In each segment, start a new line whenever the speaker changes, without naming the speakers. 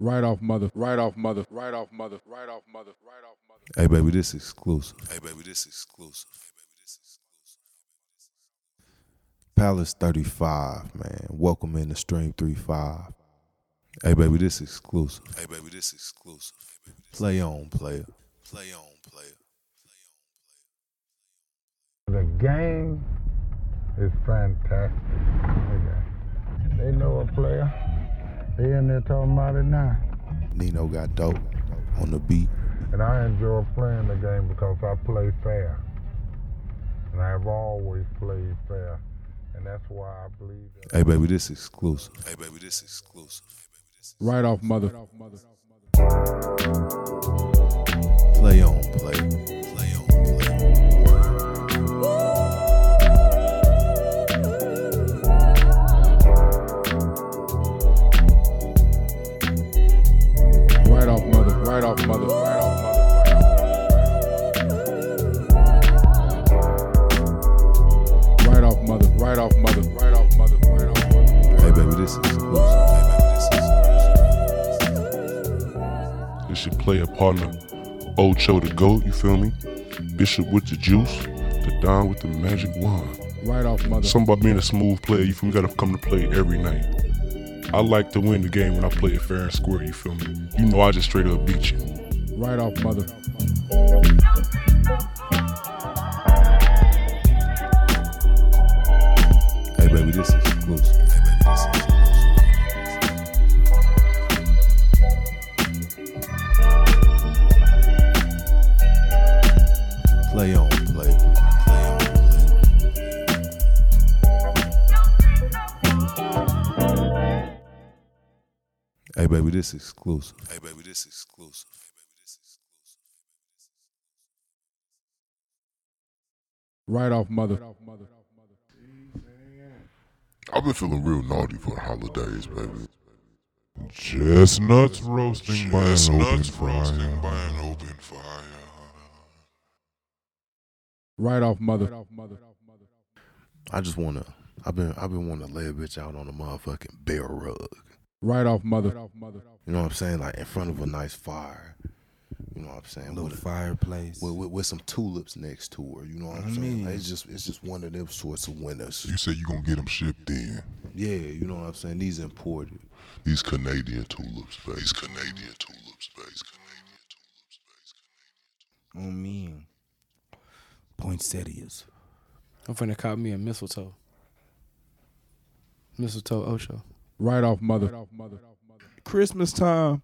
Right off mother, right off mother, right off mother, right off mother, right off mother.
Hey baby, this exclusive. Hey baby, this exclusive. Palace 35, man. Welcome in to Stream 35. Hey baby, this exclusive. Hey baby, this exclusive. Play on, player. Play on, player.
The game is fantastic. Okay. They know a player. They in there talking about it now.
Nino got dope on the beat.
And I enjoy playing the game because I play fair. And I've always played fair. And that's why I believe that.
Hey baby, this exclusive. Hey baby, this exclusive.
Right off mother.
Play on, player. Play on, player.
Right off mother, right off mother, right off mother, right off mother. Right off mother, right off mother, right off mother, right off mother.
Hey baby, this exclusive. Hey baby, this exclusive.
It's your player partner, Ocho the GOAT, you feel me? Bishop with the juice, the Don with the magic wand.
Right off mother.
Something about being a smooth player, you feel me? Gotta come to play every night. I like to win the game when I play it fair and square, you feel me? You know I just straight up beat you.
Right off mother.
Hey baby, this exclusive. Hey baby, this exclusive. Play on, play. Play on, play. Hey baby, this exclusive. Hey baby, this exclusive.
Right off mother.
I've been feeling real naughty for the holidays, baby. Chestnuts roasting by an open fire.
Right off mother.
I just wanna. I've been. I've been wanting to lay a bitch out on a motherfucking bear rug.
Right off mother.
You know what I'm saying? Like in front of a nice fire. You know what I'm saying?
little
With-
fireplace.
with, with, with some tulips next to her. You know what I'm
I
saying? Like,
mean-
it's just it's just one of them sorts of winters.
You say you gonna get them shipped in.
Yeah, you know what I'm saying. These imported.
These Canadian tulips, baby. These Canadian tulips, baby. Canadian tulips,
on me. Poinsettias.
I'm finna cop me a mistletoe. Mistletoe Osho.
Right off mother.
Christmas time.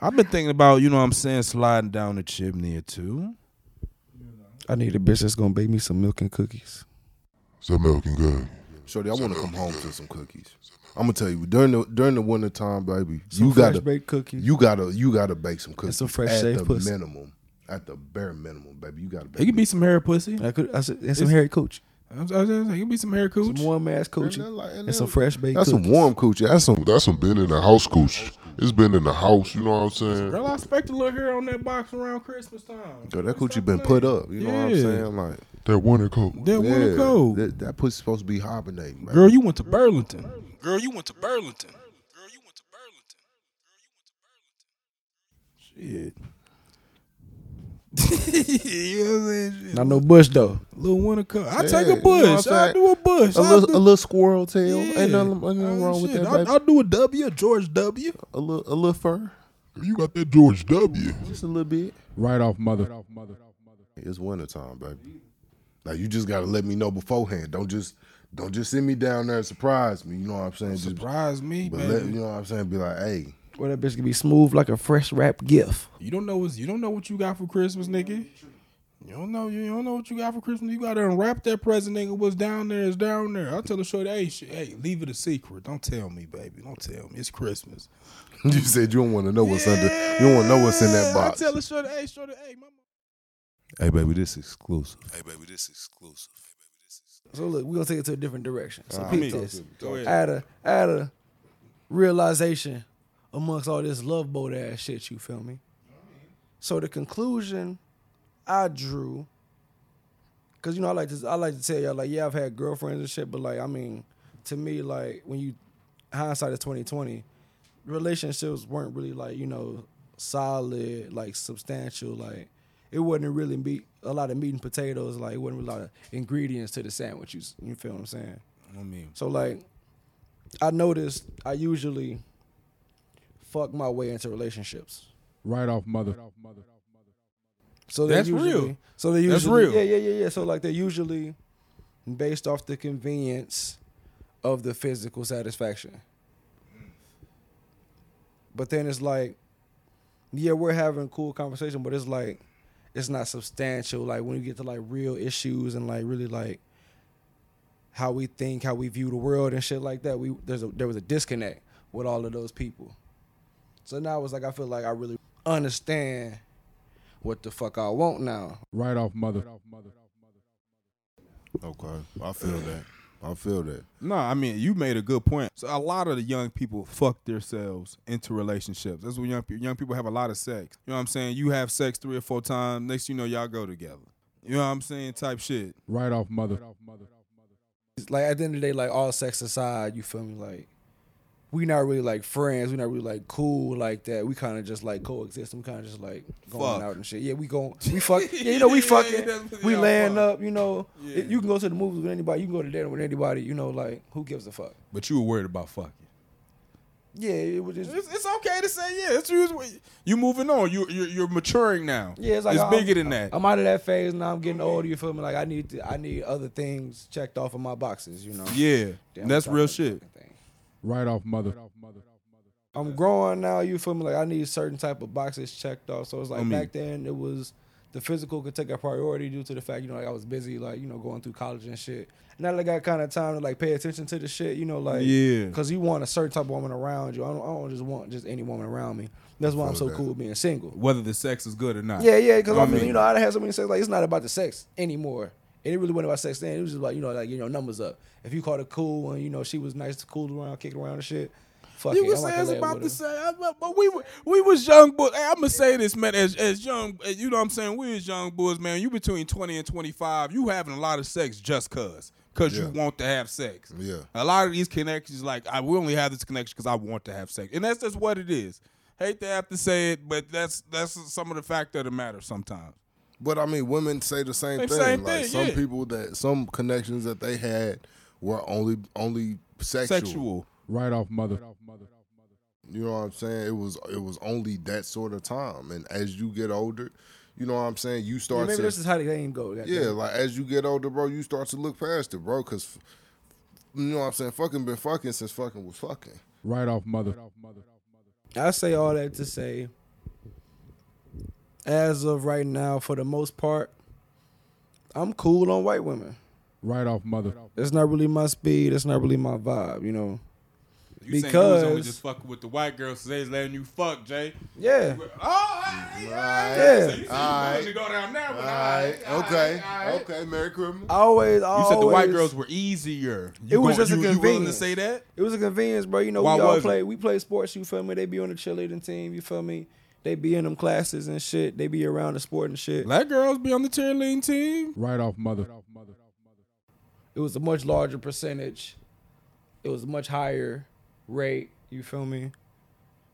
I've been thinking about, you know what I'm saying, sliding down the chimney or two.
I need a bitch that's gonna bake me some milk and cookies.
Some milk and good.
Shorty, I want to come home to some cookies. I'm gonna tell you during the during the winter time, baby. you
fresh
gotta
baked cookies.
You gotta you gotta bake some cookies.
some fresh
at
shaved
the
pussy.
minimum, at the bare minimum, baby. You gotta
It
bake.
could be some hair pussy.
I could. I said, and some
It's-
hairy cooch.
I'm, I'm saying, it could be some hair
Some
cooch.
warm ass coochie.
then, like, and
And,
then-
some fresh baked
That's some
cookies.
warm coochie. That's some.
That's some been in the house cooch. It's been in the house, you know what I'm saying?
Girl, I expect a little hair on that box around Christmas time.
Girl, that coochie been put up. You know what I'm
Yeah.
saying? Like,
That winter coat.
That
yeah,
winter coat.
that, that pussy's supposed to be hibernating, baby.
Girl, you went to Burlington. Girl, you went to Burlington. Girl, you went to Burlington. Shit. you know what I'm saying? Shit.
Not no bush though.
Little winter coat. I
Yeah,
take
you
a
know what
bush.
I'm
I
saying?
do a bush.
a
I
little,
do,
a little squirrel tail.
yeah.
Ain't nothing, ain't nothing
Oh,
wrong with
shit.
that,
I,
baby.
I'll do a W, a George W.
a little, a little fur,
You got that George W.
just a little bit.
Right off mother.
It's wintertime, baby. Like you just gotta let me know beforehand. Don't just, don't just send me down there and surprise me. You know what I'm saying? Just,
Surprise me,
but
baby.
let, you know what I'm saying. Be like, hey,
Where that bitch can be smooth like a fresh wrapped gift.
You don't know what's, you don't know what you got for Christmas, nigga. You don't know you don't know what you got for Christmas. You gotta unwrap that present, nigga. What's down there is down there. I tell the shorty, hey, sh- hey, leave it a secret. Don't tell me, baby. Don't tell me. It's Christmas.
you said you don't want to know what's under. You don't want to know what's in that
Yeah,
box.
I tell the shorty, hey, shorty, hey, mama.
Hey, baby, this exclusive. Hey, baby, this exclusive.
So look, we gonna take it to a different direction. So
Alright.
peep
Talk
this.
to me,
Go
I
ahead.
had a, I had a realization amongst all this love boat ass shit. You feel me? So the conclusion I drew, because you know I like to, I like to tell y'all like, yeah, I've had girlfriends and shit, but like, I mean, to me, like when you hindsight is twenty twenty, relationships weren't really like you know solid, like substantial. Like it wasn't really meat, a lot of meat and potatoes. Like it wasn't a lot of ingredients to the sandwich. You, s- you feel what I'm saying?
I mean,
So like, I noticed I usually fuck my way into relationships.
Right off mother.
So they
That's
usually,
real.
So they usually,
That's real.
Yeah, yeah, yeah, yeah. So like they're usually based off the convenience of the physical satisfaction. But then it's like, yeah, we're having cool conversation, but it's like, it's not substantial. Like when you get to like real issues and like really like how we think, how we view the world and shit like that. We there's a there was a disconnect with all of those people. So now it's like I feel like I really understand what the fuck I want now.
Right off mother.
Okay, I feel that. I feel that.
No, I mean you made a good point. So a lot of the young people fuck themselves into relationships. That's what young people young people have a lot of sex. You know what I'm saying? You have sex three or four times. Next thing you know, y'all go together. You know what I'm saying? Type shit.
Right off mother.
It's like at the end of the day, like all sex aside, you feel me? Like we not really like friends. We not really like cool like that. We kind of just like coexist. We kind of just like going
Fuck.
out and shit. Yeah, we going. We fuck. Yeah, you know, we fucking.
that's-
we
yeah,
laying
fuck.
up. You know, you can go to the movies with anybody. You can go to dinner with anybody. You know, like who gives a fuck?
But you were worried about fucking.
Yeah, it was just.
It's, it's okay to say yeah. It's you. You moving on. You you're, you're maturing now.
Yeah, it's like I'm-
bigger than that.
I'm out of that phase now. I'm getting older. You feel me? Like I need to. I need other things checked off of my boxes. You know.
yeah,
Damn,
that's
I'm
real
tired of
shit.
this fucking thing.
Right off mother.
I'm growing now. You feel me? Like I need certain type of boxes checked off. So it's like
I mean-
back then it was the physical could take a priority due to the fact you know like I was busy like you know going through college and shit. Now that I got kind of time to like pay attention to the shit. You know like
Yeah.
because you want a certain type of woman around you. I don't, I don't just want just any woman around me. That's why I'm so cool with being single.
Whether the sex is good or not.
Yeah, yeah. Because I,
I
mean,
mean-
you know I done had so many sex. Like it's not about the sex anymore. And it really wasn't about sex then. It was just about you know like you know numbers up. If you caught her cool and you know she was nice, cool around, kicking around and shit. Fuck
You
it.
can
I'm
say
not gonna
it's
lay
about
with
the
her.
same, I- but- but we were- we was young boys. Hey, I'ma say this, man. As as young, as, you know what I'm saying. We was young boys, man. You between 20 and 25, you having a lot of sex just cause, cause you
Yeah.
want to have sex.
Yeah.
A lot of these connections, like I we only have this connection because I want to have sex, and that's just what it is. Hate to have to say it, but that's that's some of the fact of the matter sometimes.
But I mean, women say the same
Same-
thing.
same
like
thing,
some
yeah.
people that some connections that they had were only only sexual.
Sexual.
Right off mother.
You know what I'm saying? It was it was only that sort of time. And as you get older, you know what I'm saying? You
Yeah,
start
maybe
to
this is how the game go. goddamn.
Yeah, like as you get older, bro, you start to look past it, bro, cuz you know what I'm saying? Fucking been fucking since fucking was fucking.
Right off mother.
I say all that to say, as of right now, for the most part, I'm cool on white women.
Right off mother.
That's not really my speed. That's not really my vibe. You know.
You saying you was only
Because-
just fucking with the white girls, so they was letting you fuck, Jay.
Yeah.
Oh, hey, hey,
Right.
So you said you
Alright.
wanted to go down there, but
All
alright,
right. Okay.
alright, alright.
Okay. Merry Christmas.
I always.
You said the white
always-
girls were easier. You
It was just a
you, You willing to
convenience.
say that?
It was a convenience, bro. You know,
Why
we all
was
play. We play sports. You feel me? They be on the cheerleading team. You feel me? They be in them classes and shit. They be around the sport and shit.
Black girls be on the cheerleading team.
Right off mother.
it was a much larger percentage. It was a much higher rate. You feel me?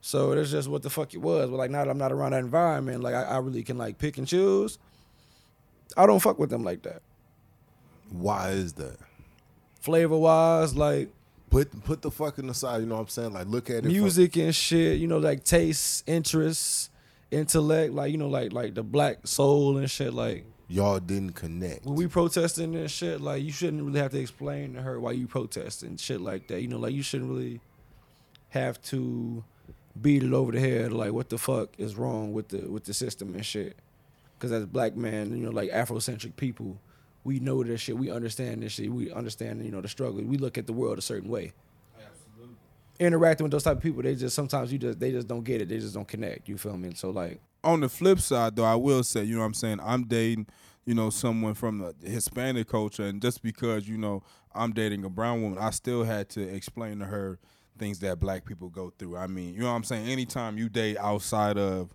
So that's just what the fuck it was. But like now that I'm not around that environment, like I, I really can like pick and choose. I don't fuck with them like that.
Why is that?
Flavor wise, like
Put put the fucking aside, you know what I'm saying? Like look at it from-
music and shit, you know, like tastes, interests, intellect, like you know, like like the black soul and shit. Like
y'all didn't connect.
when we protesting and shit, like you shouldn't really have to explain to her why you protesting shit like that. You know, like you shouldn't really have to beat it over the head. Like what the fuck is wrong with the with the system and shit? Because as black men, you know, like Afrocentric people, we know this shit. We understand this shit. We understand you know the struggle. We look at the world a certain way. Interacting with those type of people, they just sometimes you just they just don't get it. They just don't connect. You feel me? So like
On the flip side, though, I will say, you know what I'm saying? I'm dating, you know, someone from the Hispanic culture, and just because, you know, I'm dating a brown woman, I still had to explain to her things that black people go through. I mean, you know what I'm saying? Anytime you date outside of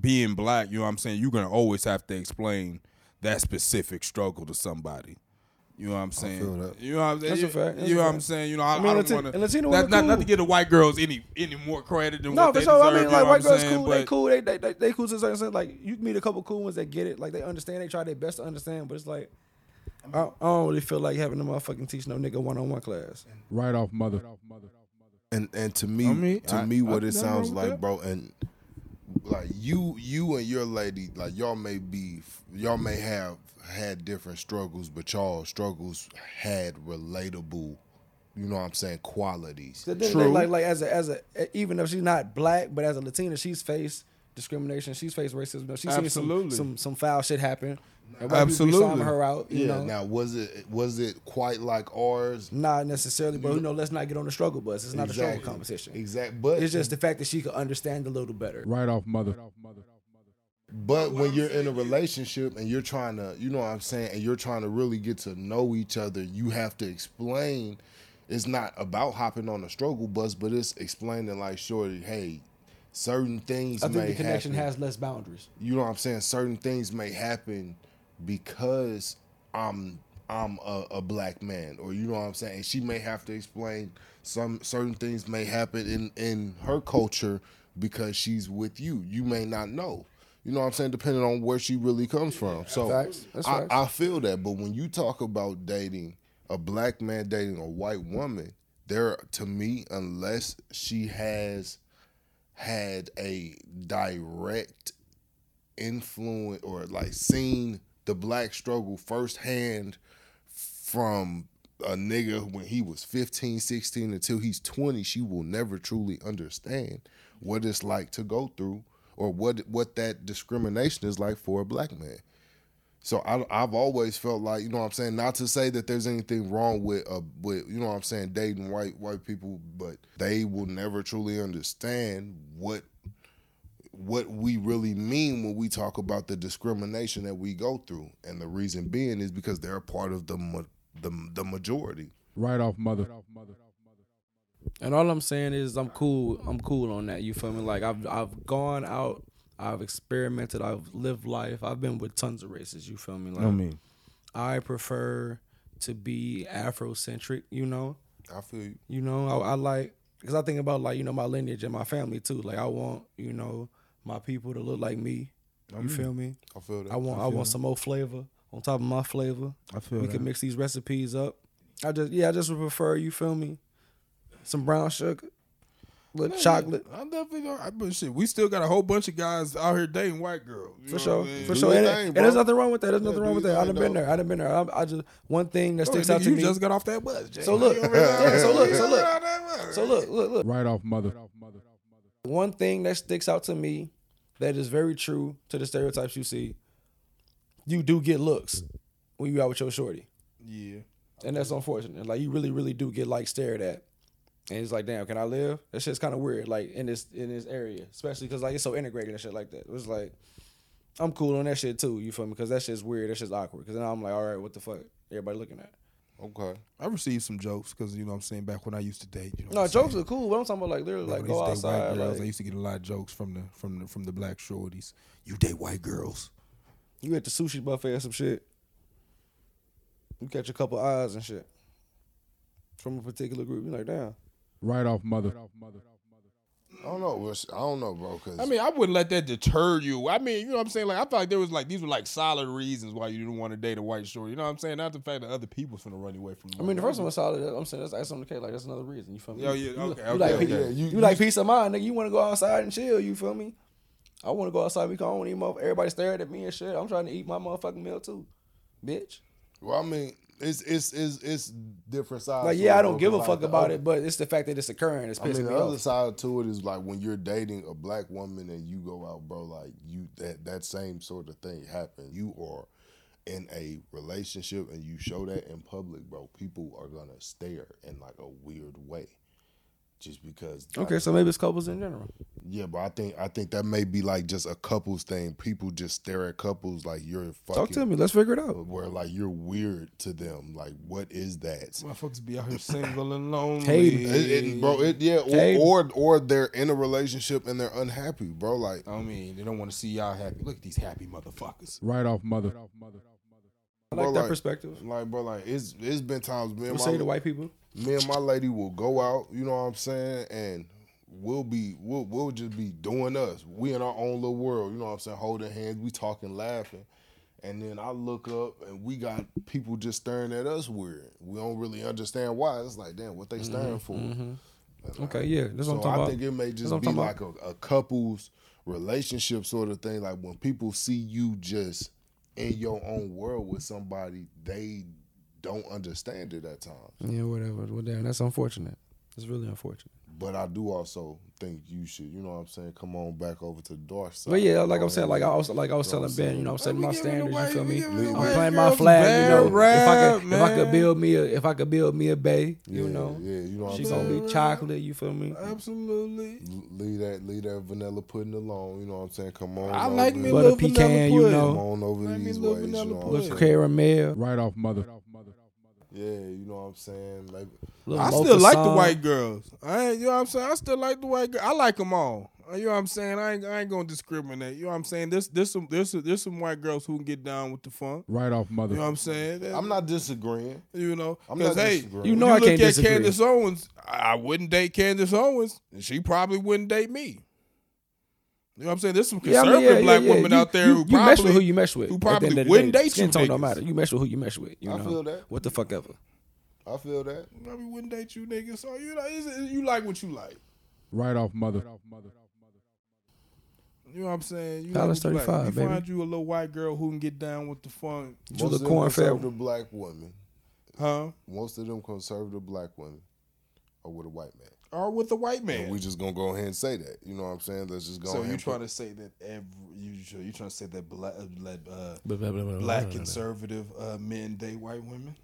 being black, you know what I'm saying, you're gonna always have to explain that specific struggle to somebody. You know what I'm saying?
feel that.
You know what I'm saying?
That's a
you,
fact. That's
you
a
know what
fact.
I'm saying? You know, I,
I
I,
mean,
don't
Latin-
wanna,
and Latino
not,
women
not, not
cool.
to give the white girls any any more credit than
No,
what
for
they
sure.
deserve.
I mean,
you know
like white
what I'm
girls
saying?
cool. They
But-
cool. They, they they they cool to a certain sense. Like you meet a couple cool ones that get it. Like they understand. They try their best to understand. But it's like I, I don't really feel like having a motherfucking teach no nigga one on one class.
Right off mother.
and and to me,
I mean,
to
I-
me,
I-
what it
nothing
sounds
wrong with
like,
that.
bro, and like you, you and your lady, like y'all may be, y'all may have had different struggles, but y'all struggles had relatable, you know what I'm saying, qualities.
So then they, like like as a as a even if she's not black, but as a Latina, she's faced discrimination. She's faced racism. She's seen some,
Absolutely.
some some foul shit happen. And white people be
Absolutely.
signing her out. You know.
Now, was it was it quite like ours?
Not necessarily, but you know, let's not get on the struggle bus. It's not a
Exactly.
struggle competition.
Exact, but
It's just the fact that she could understand a little better.
Right off mother.
But when you're in a relationship and you're trying to, you know what I'm saying, and you're trying to really get to know each other, you have to explain. It's not about hopping on a struggle bus, but it's explaining like, shorty, hey, certain things
I think
may
the connection
happen.
has less boundaries.
you know what I'm saying. Certain things may happen because I'm I'm a, a black man, or you know what I'm saying. And she may have to explain some certain things may happen in in her culture because she's with you. You may not know. You know what I'm saying? Depending on where she really comes from. So
Facts. That's
I,
facts.
I feel that. But when you talk about dating a black man dating a white woman, there to me, unless she has had a direct influence or like seen the black struggle firsthand from a nigga when he was 15, 16 until he's 20, she will never truly understand what it's like to go through or what what that discrimination is like for a black man. So I, I've always felt like you know what I'm saying. Not to say that there's anything wrong with uh, with you know what I'm saying dating white white people, but they will never truly understand what what we really mean when we talk about the discrimination that we go through, and the reason being is because they're a part of the ma- the, the majority.
Right off mother.
And all I'm saying is I'm cool. I'm cool on that. You feel me? Like I've I've gone out, I've experimented, I've lived life. I've been with tons of races. You feel me? Like I,
mean.
prefer to be Afrocentric. You know.
I feel you.
You know. I, I like because I think about like you know my lineage and my family too. Like I want you know my people to look like me. You feel me?
I feel that.
I want I, want some more flavor on top of my flavor.
I feel
we
that.
can mix these recipes up. I just yeah, I just would prefer you feel me, some brown sugar, little chocolate
I definitely don't. I, but shit, we still got a whole bunch of guys out here dating white girls. you
for
know
sure,
what I mean?
for
Do
sure.
your
And,
thing,
and
bro.
there's nothing wrong with that. There's nothing
do
wrong with
your
that. I
thing,
done been
dog.
there. I done been there. I, I just one thing that
Oh,
sticks
nigga,
out to
you
me.
just got off that bus. Jay.
So look,
You over there-
yeah, so look, so
You
look.
over there-
So look, look, look.
Right off mother.
One thing that sticks out to me that is very true to the stereotypes you see. You do get looks when you out with your shorty.
Yeah.
and that's unfortunate. Like you really, really do get like stared at, and it's like, damn, can I live? That shit's kind of weird, like in this in this area, especially because like it's so integrated and shit like that. It was like, I'm cool on that shit too. You feel me? Because that shit's weird. That shit's awkward. Because then I'm like, all right, what the fuck? Everybody looking at.
Okay.
I received some jokes because you know what I'm saying back when I used to date. You know what
No,
I'm
jokes
saying?
are cool, but I'm talking about like literally like
When I
go
used to date
outside.
White girls, I
Like,
used to get a lot of jokes from the from the from the black shorties. You date white girls.
you at the sushi buffet or some shit. You catch a couple eyes and shit from a particular group. You're like, damn.
Right off mother.
I don't know. Rush. I don't know, bro. Cause
I mean, I wouldn't let that deter you. I mean, you know what I'm saying? Like, I feel like there was like these were like solid reasons why you didn't want to date a white shorty. You know what I'm saying? Not the fact that other people's gonna run away from.
I mean, the first one was solid. I'm saying that's icing on the cake. Like that's another reason. You feel me?
Yeah, yeah,
You-
okay,
you
okay,
like,
okay.
peace-
Yeah,
you, like peace of mind, nigga. You want to go outside and chill. You feel me? I want to go outside because I don't even know if everybody staring at me and shit. I'm trying to eat my motherfucking meal too, bitch.
well, I mean, it's it's it's it's different sides.
Like
to
yeah, I
it,
don't
bro,
give a
but,
fuck
like, the
about
other-
it, but it's the fact that it's occurring. It's
I
pissing
mean,
me
the other
off.
side to it is like when you're dating a black woman and you go out, bro. Like you, that that same sort of thing happens. You are in a relationship and you show that in public, bro. People are gonna stare in like a weird way, just because. like,
Okay, so maybe it's couples in general.
yeah, but I think I think that may be like just a couples thing. People just stare at couples like you're fucking.
Talk to me. Let's figure it out.
Where like you're weird to them. Like what is that?
motherfuckers be out here single and lonely.
Hey,
It, it- bro, it yeah, or,
Hey.
or or they're in a relationship and they're unhappy, bro. Like
I mean, they don't want to see y'all happy. Look at these happy motherfuckers.
Right off mother.
I like
Bro,
that perspective.
Like, bro, like it's it's been times me and
I'm
my
saying to white people.
me and my lady will go out, you know what I'm saying, and we'll be we'll we'll just be doing us. We in our own little world, you know what I'm saying, holding hands, we talking, laughing. And then I look up and we got people just staring at us weird. We don't really understand why. It's like, damn, what they
Mm-hmm.
staring for.
Okay, yeah, that's what I'm
So I
talking
think
about.
it may
what
just
I'm
be
talking
like a, a couple's relationship sort of thing. Like when people see you just in your own world with somebody, they don't understand it at times.
Yeah, whatever. Well, damn, that's unfortunate. It's really unfortunate.
But I do also think you should, you know what I'm saying, come on back over to the dark side.
But yeah, like I'm saying, like I was, like I was
You know what I'm
telling Ben,
saying?
you know, I'm setting my standards. You feel me?
away.
I'm
White
playing my flag. You know, if I could, if I could build me, a, if I could build me a bay, you
Yeah,
know,
Yeah, you know what I'm
she's
saying?
gonna be chocolate. You feel me?
Absolutely.
leave that leave that vanilla pudding alone, you know what I'm saying? Come on.
I
over
like me a
here.
Butter
little vanilla
pecan, you
pudding.
Come
know,
on over
Like me
these
little
ways, you know
vanilla
what I'm
pudding.
saying?
with caramel,
Right off mother.
Yeah, you know what I'm saying? Maybe
little
I
mocha
still like the
salt.
white girls. I ain't, you know what I'm saying. I still like the white girl. I like them all. Uh, You know what I'm saying. I ain't, I ain't gonna discriminate. You know what I'm saying. There's there's some there's some, there's some white girls who can get down with the funk.
Right off
You know what
mother.
I'm saying.
I'm not disagreeing.
You know,
I'm not
because hey,
disagreeing.
You
you
know I
look
can't
at
disagree.
Candace Owens. I I wouldn't date Candace Owens, and she probably wouldn't date me. You know what I'm saying? There's some
Yeah, I mean,
conservative
yeah,
black
yeah, yeah.
women
You-
out there
you,
who
you
probably
mesh with who you mesh with.
who
at the end
probably
of the
wouldn't
day.
date
Skin
you
tone don't
niggas.
matter. You mesh with who you mesh with. You
I
know,
feel that.
what the fuck ever.
I feel that.
probably wouldn't date you, niggas. So you know, it's, it's- you like what you like.
Right off mother.
You know what I'm saying? You
Dallas
like what you like.
35,
You
baby.
find you a little white girl who can get down with the funk,
You
Most
look
of them
corn fed.
conservative black women,
huh?
most of them conservative black women are with a white man.
Or with a white man.
And we just gonna go ahead and say that. You know what I'm saying? Let's just go
so
ahead
you
and
trying
put-
to say that every you you trying to say that black uh, black, uh, black conservative uh, men date white women?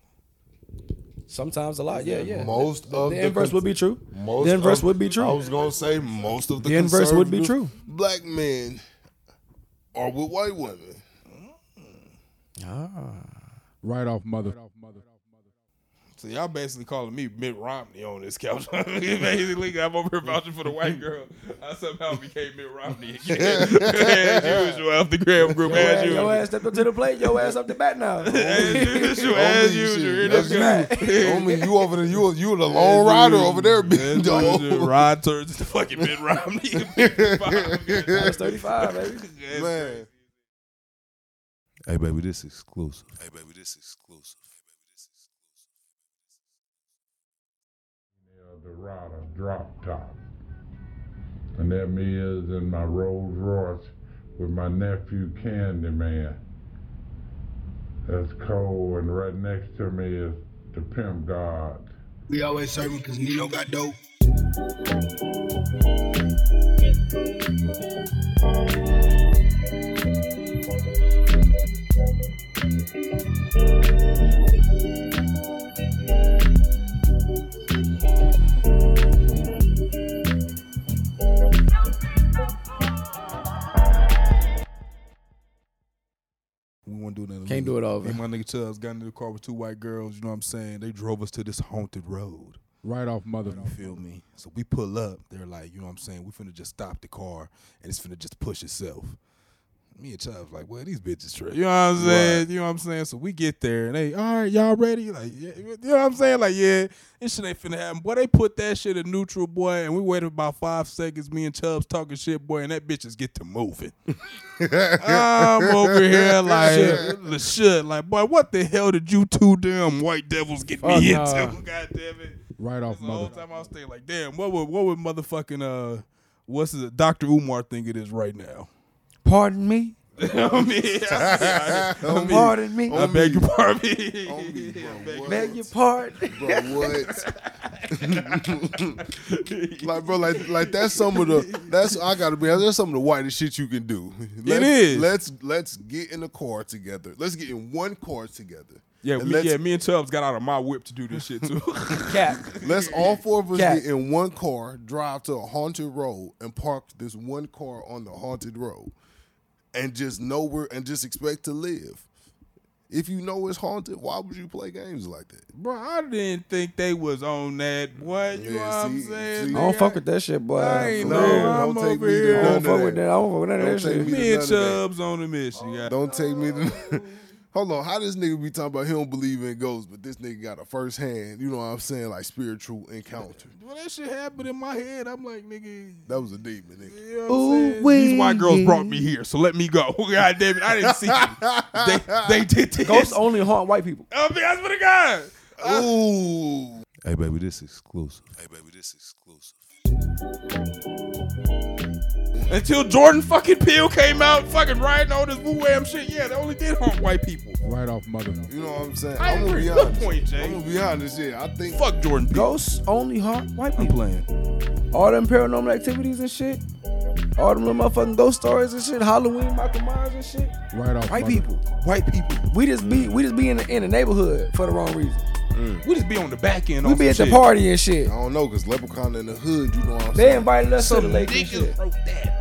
Sometimes a lot. Yeah, yeah.
Most
the,
of
the
the
inverse
cons-
would be true.
Most
the inverse
of-
would be
I
true.
was gonna say most of the,
The inverse would be
conservative
true.
Black men are with white women.
Right off mother.
So y'all basically calling me Mitt Romney on this couch. basically, I'm over here vouching for the white girl. I somehow became Mitt Romney again, as usual, after the Graham Group,
Your ass,
as
your
usual.
ass stepped up to the plate. Your ass up the bat now.
As usual,
As
as usual.
usual.
Here this
That's
goes.
Homie, you over there, you you the lone rider over there, bitch.
Dude,
dog.
Rod turns into fucking Mitt Romney. That's
That's 35, baby.
Man.
Hey baby, this exclusive. Hey baby, this exclusive.
of the rider drop top. And there me is in my Rolls Royce with my nephew Candyman. That's Cole, and right next to me is the Pimp God.
We always serving because Nino got dope.
We want to do another.
Can't do it over.
Me and my nigga Chubbs got into the car with two white girls. You know what I'm saying? They drove us to this haunted road.
Right off mother.
You feel me? So we pull up. They're like, you know what I'm saying? We finna just stop the car and it's finna just push itself. Me and Chubbs like, well, these bitches trip. You know what I'm saying? You know what I'm saying? So we get there and they, all right, y'all ready? Like, yeah. you know what I'm saying? Like, yeah, this shit ain't finna happen. Boy, they put that shit in neutral, boy, and we waited about five seconds. Me and Chubbs talking shit, boy, and that bitches get to moving. I'm over here like the shit. Like, boy, what the hell did you two damn white devils get
Fuck
me
nah.
into? God damn it.
Right off
That's the whole
mother.
time I was thinking, like, damn, what would what would motherfucking uh, what's his Dr. Umar think it is right now?
Pardon me.
I mean, I, I, mean,
Pardon me.
I beg your pardon.
Homie, bro, what?
Beg your pardon.
Bro, what? like, bro, like, like that's some of the that's I gotta be. That's some of the whitest shit you can do. Let's,
is.
Let's let's get in a car together. Let's get in one car together.
yeah,
And
me,
let's,
yeah, me and Tubbs got out of my whip to do this shit too.
Cap.
Let's all four of us
Cat.
get in one car, drive to a haunted road, and park this one car on the haunted road, and just know where and just expect to live. If you know it's haunted, why would you play games like that?
Bro, I didn't think they was on that. What you know
Yeah,
what I'm
see-
saying?
see-
I
nigga?
don't fuck with that shit, boy.
I ain't
For
know.
real.
I'm
don't take
over
me to
here.
none
I don't
of
fuck
that.
with that. I don't fuck with none of
Don't
that
take
shit.
me to
Me and
none of that.
Chubbs on a mission. God.
Don't take me to Hold on, how this nigga be talking about he don't believe in ghosts, but this nigga got a first hand, you know what I'm saying, like spiritual encounter.
When that shit happened in my head, I'm like, nigga,
That was a demon, nigga.
you know what I'm saying?
These white girls brought me here, so let me go. God damn it, I didn't see you. They, they did this.
Ghosts only haunt white people.
I mean, I swear to God.
Ooh.
Hey baby, this exclusive. Hey baby, this exclusive.
Until Jordan fucking Peele came out, fucking riding all this woo wham shit. Yeah, they only did haunt white people.
Right off mother.
You know what I'm saying?
I
am gonna
agree.
be
Good
honest.
point, Jay.
I'm gonna be honest, yeah. I think
Fuck Jordan Peele.
Ghosts only haunt white people.
playing.
All them paranormal activities and shit. All them little motherfucking ghost stories and shit. Halloween, Michael Myers and shit.
Right off
White
mother.
people.
White people.
We just be we just be in the, in the neighborhood for the wrong reason.
We just be on the back end.
We
on
be at
some
the
shit.
party and shit.
I don't know, cause Leprechaun in the hood, you know what I'm
They
saying?
invited us to the
Some
lake and
niggas
shit.
wrote that.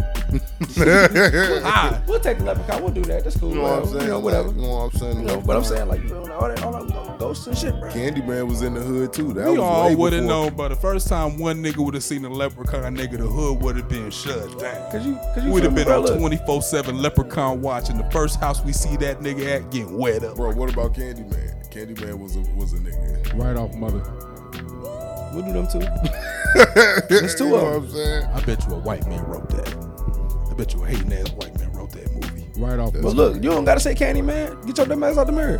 Ah, we'll take the leprechaun. We'll do that. That's cool.
You know what I'm
whatever.
saying? Like,
You know, whatever.
you know what I'm saying?
You know, but I'm saying like you know, all that, all that ghosts and shit, bro.
Candyman was in the hood too. That
We
was
all
way
would have
before-
known, but the first time one nigga would have seen a leprechaun nigga, the hood would have been shut down.
Cause you, cause you
We'd have been
bro,
on
look,
24 7 leprechaun watch, and the first house we see that nigga at getting wet up.
Bro, what about Candyman? Candyman was a was a nigga.
Right off mother.
We'll do them too.
There's
two
you know
of
what I'm
them.
saying?
I bet you a white man wrote that. I bet you a hating ass white man wrote that movie.
Right off
But
mother.
look, you don't gotta say candy man. Get your dumb ass out the mirror.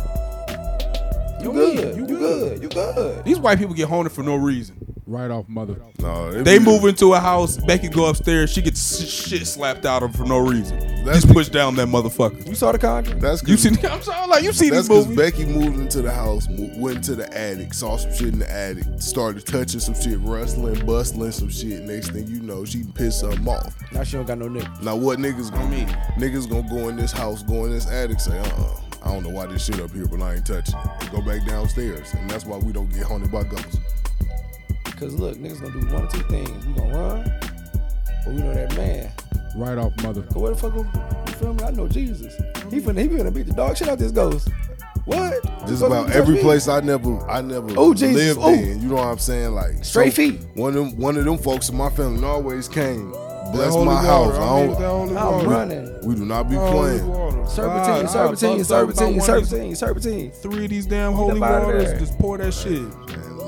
You good. You good. You good.
These white people get haunted for no reason.
Right off mother.
No, it
They
be-
move into a house, Becky go upstairs, she gets s- shit slapped out of her for no reason.
That's
Just push down that motherfucker.
You saw the conjuring?
That's
You
cause,
see, I'm sorry, like you see
that's
these
because
movies.
Becky moved into the house, mo- went to the attic, saw some shit in the attic, started touching some shit, rustling, bustling some shit. Next thing you know, she pissed something off.
Now she don't got no nigga.
Now what niggas gonna mean? Niggas gonna go in this house, go in this attic, say, uh, uh I don't know why this shit up here, but I ain't touching it. And go back downstairs, and that's why we don't get haunted by ghosts.
Cause look, niggas gonna do one or two things. We gonna run, but we know that man.
Right off mother.
But where the fuck gonna- you feel me? I know Jesus. He finna he finna beat the dog shit out this ghost. What?
Just
ghost
about
finna
every
touch me?
place I never, I never
Oh, Jesus.
lived
Oh.
in. You know what I'm saying? Like
Straight feet.
One of them, one of them folks in my family always came. Bless
holy
my
water,
house.
I
I
need that
don't,
holy
I'm
water.
running.
we do not be
Holy
playing.
water.
Serpentine,
God, I
serpentine,
bust up about one
serpentine,
of
serpentine, serpentine.
these- Three of these damn holy
up outta
waters,
there.
just pour that shit.
Man, look,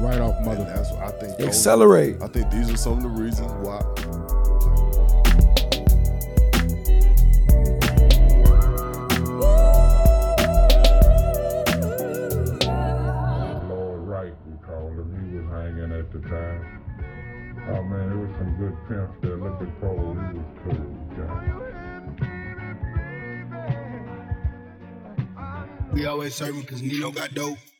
Right off
and
mother.
that's what I think. those-
Accelerate.
I think these are some of the reasons why.
Lord Wright, we called him. He was hanging at the time. Oh man, there was some good pimps there. Look at Cole. He was cool, John.
We always serving because Nino got dope.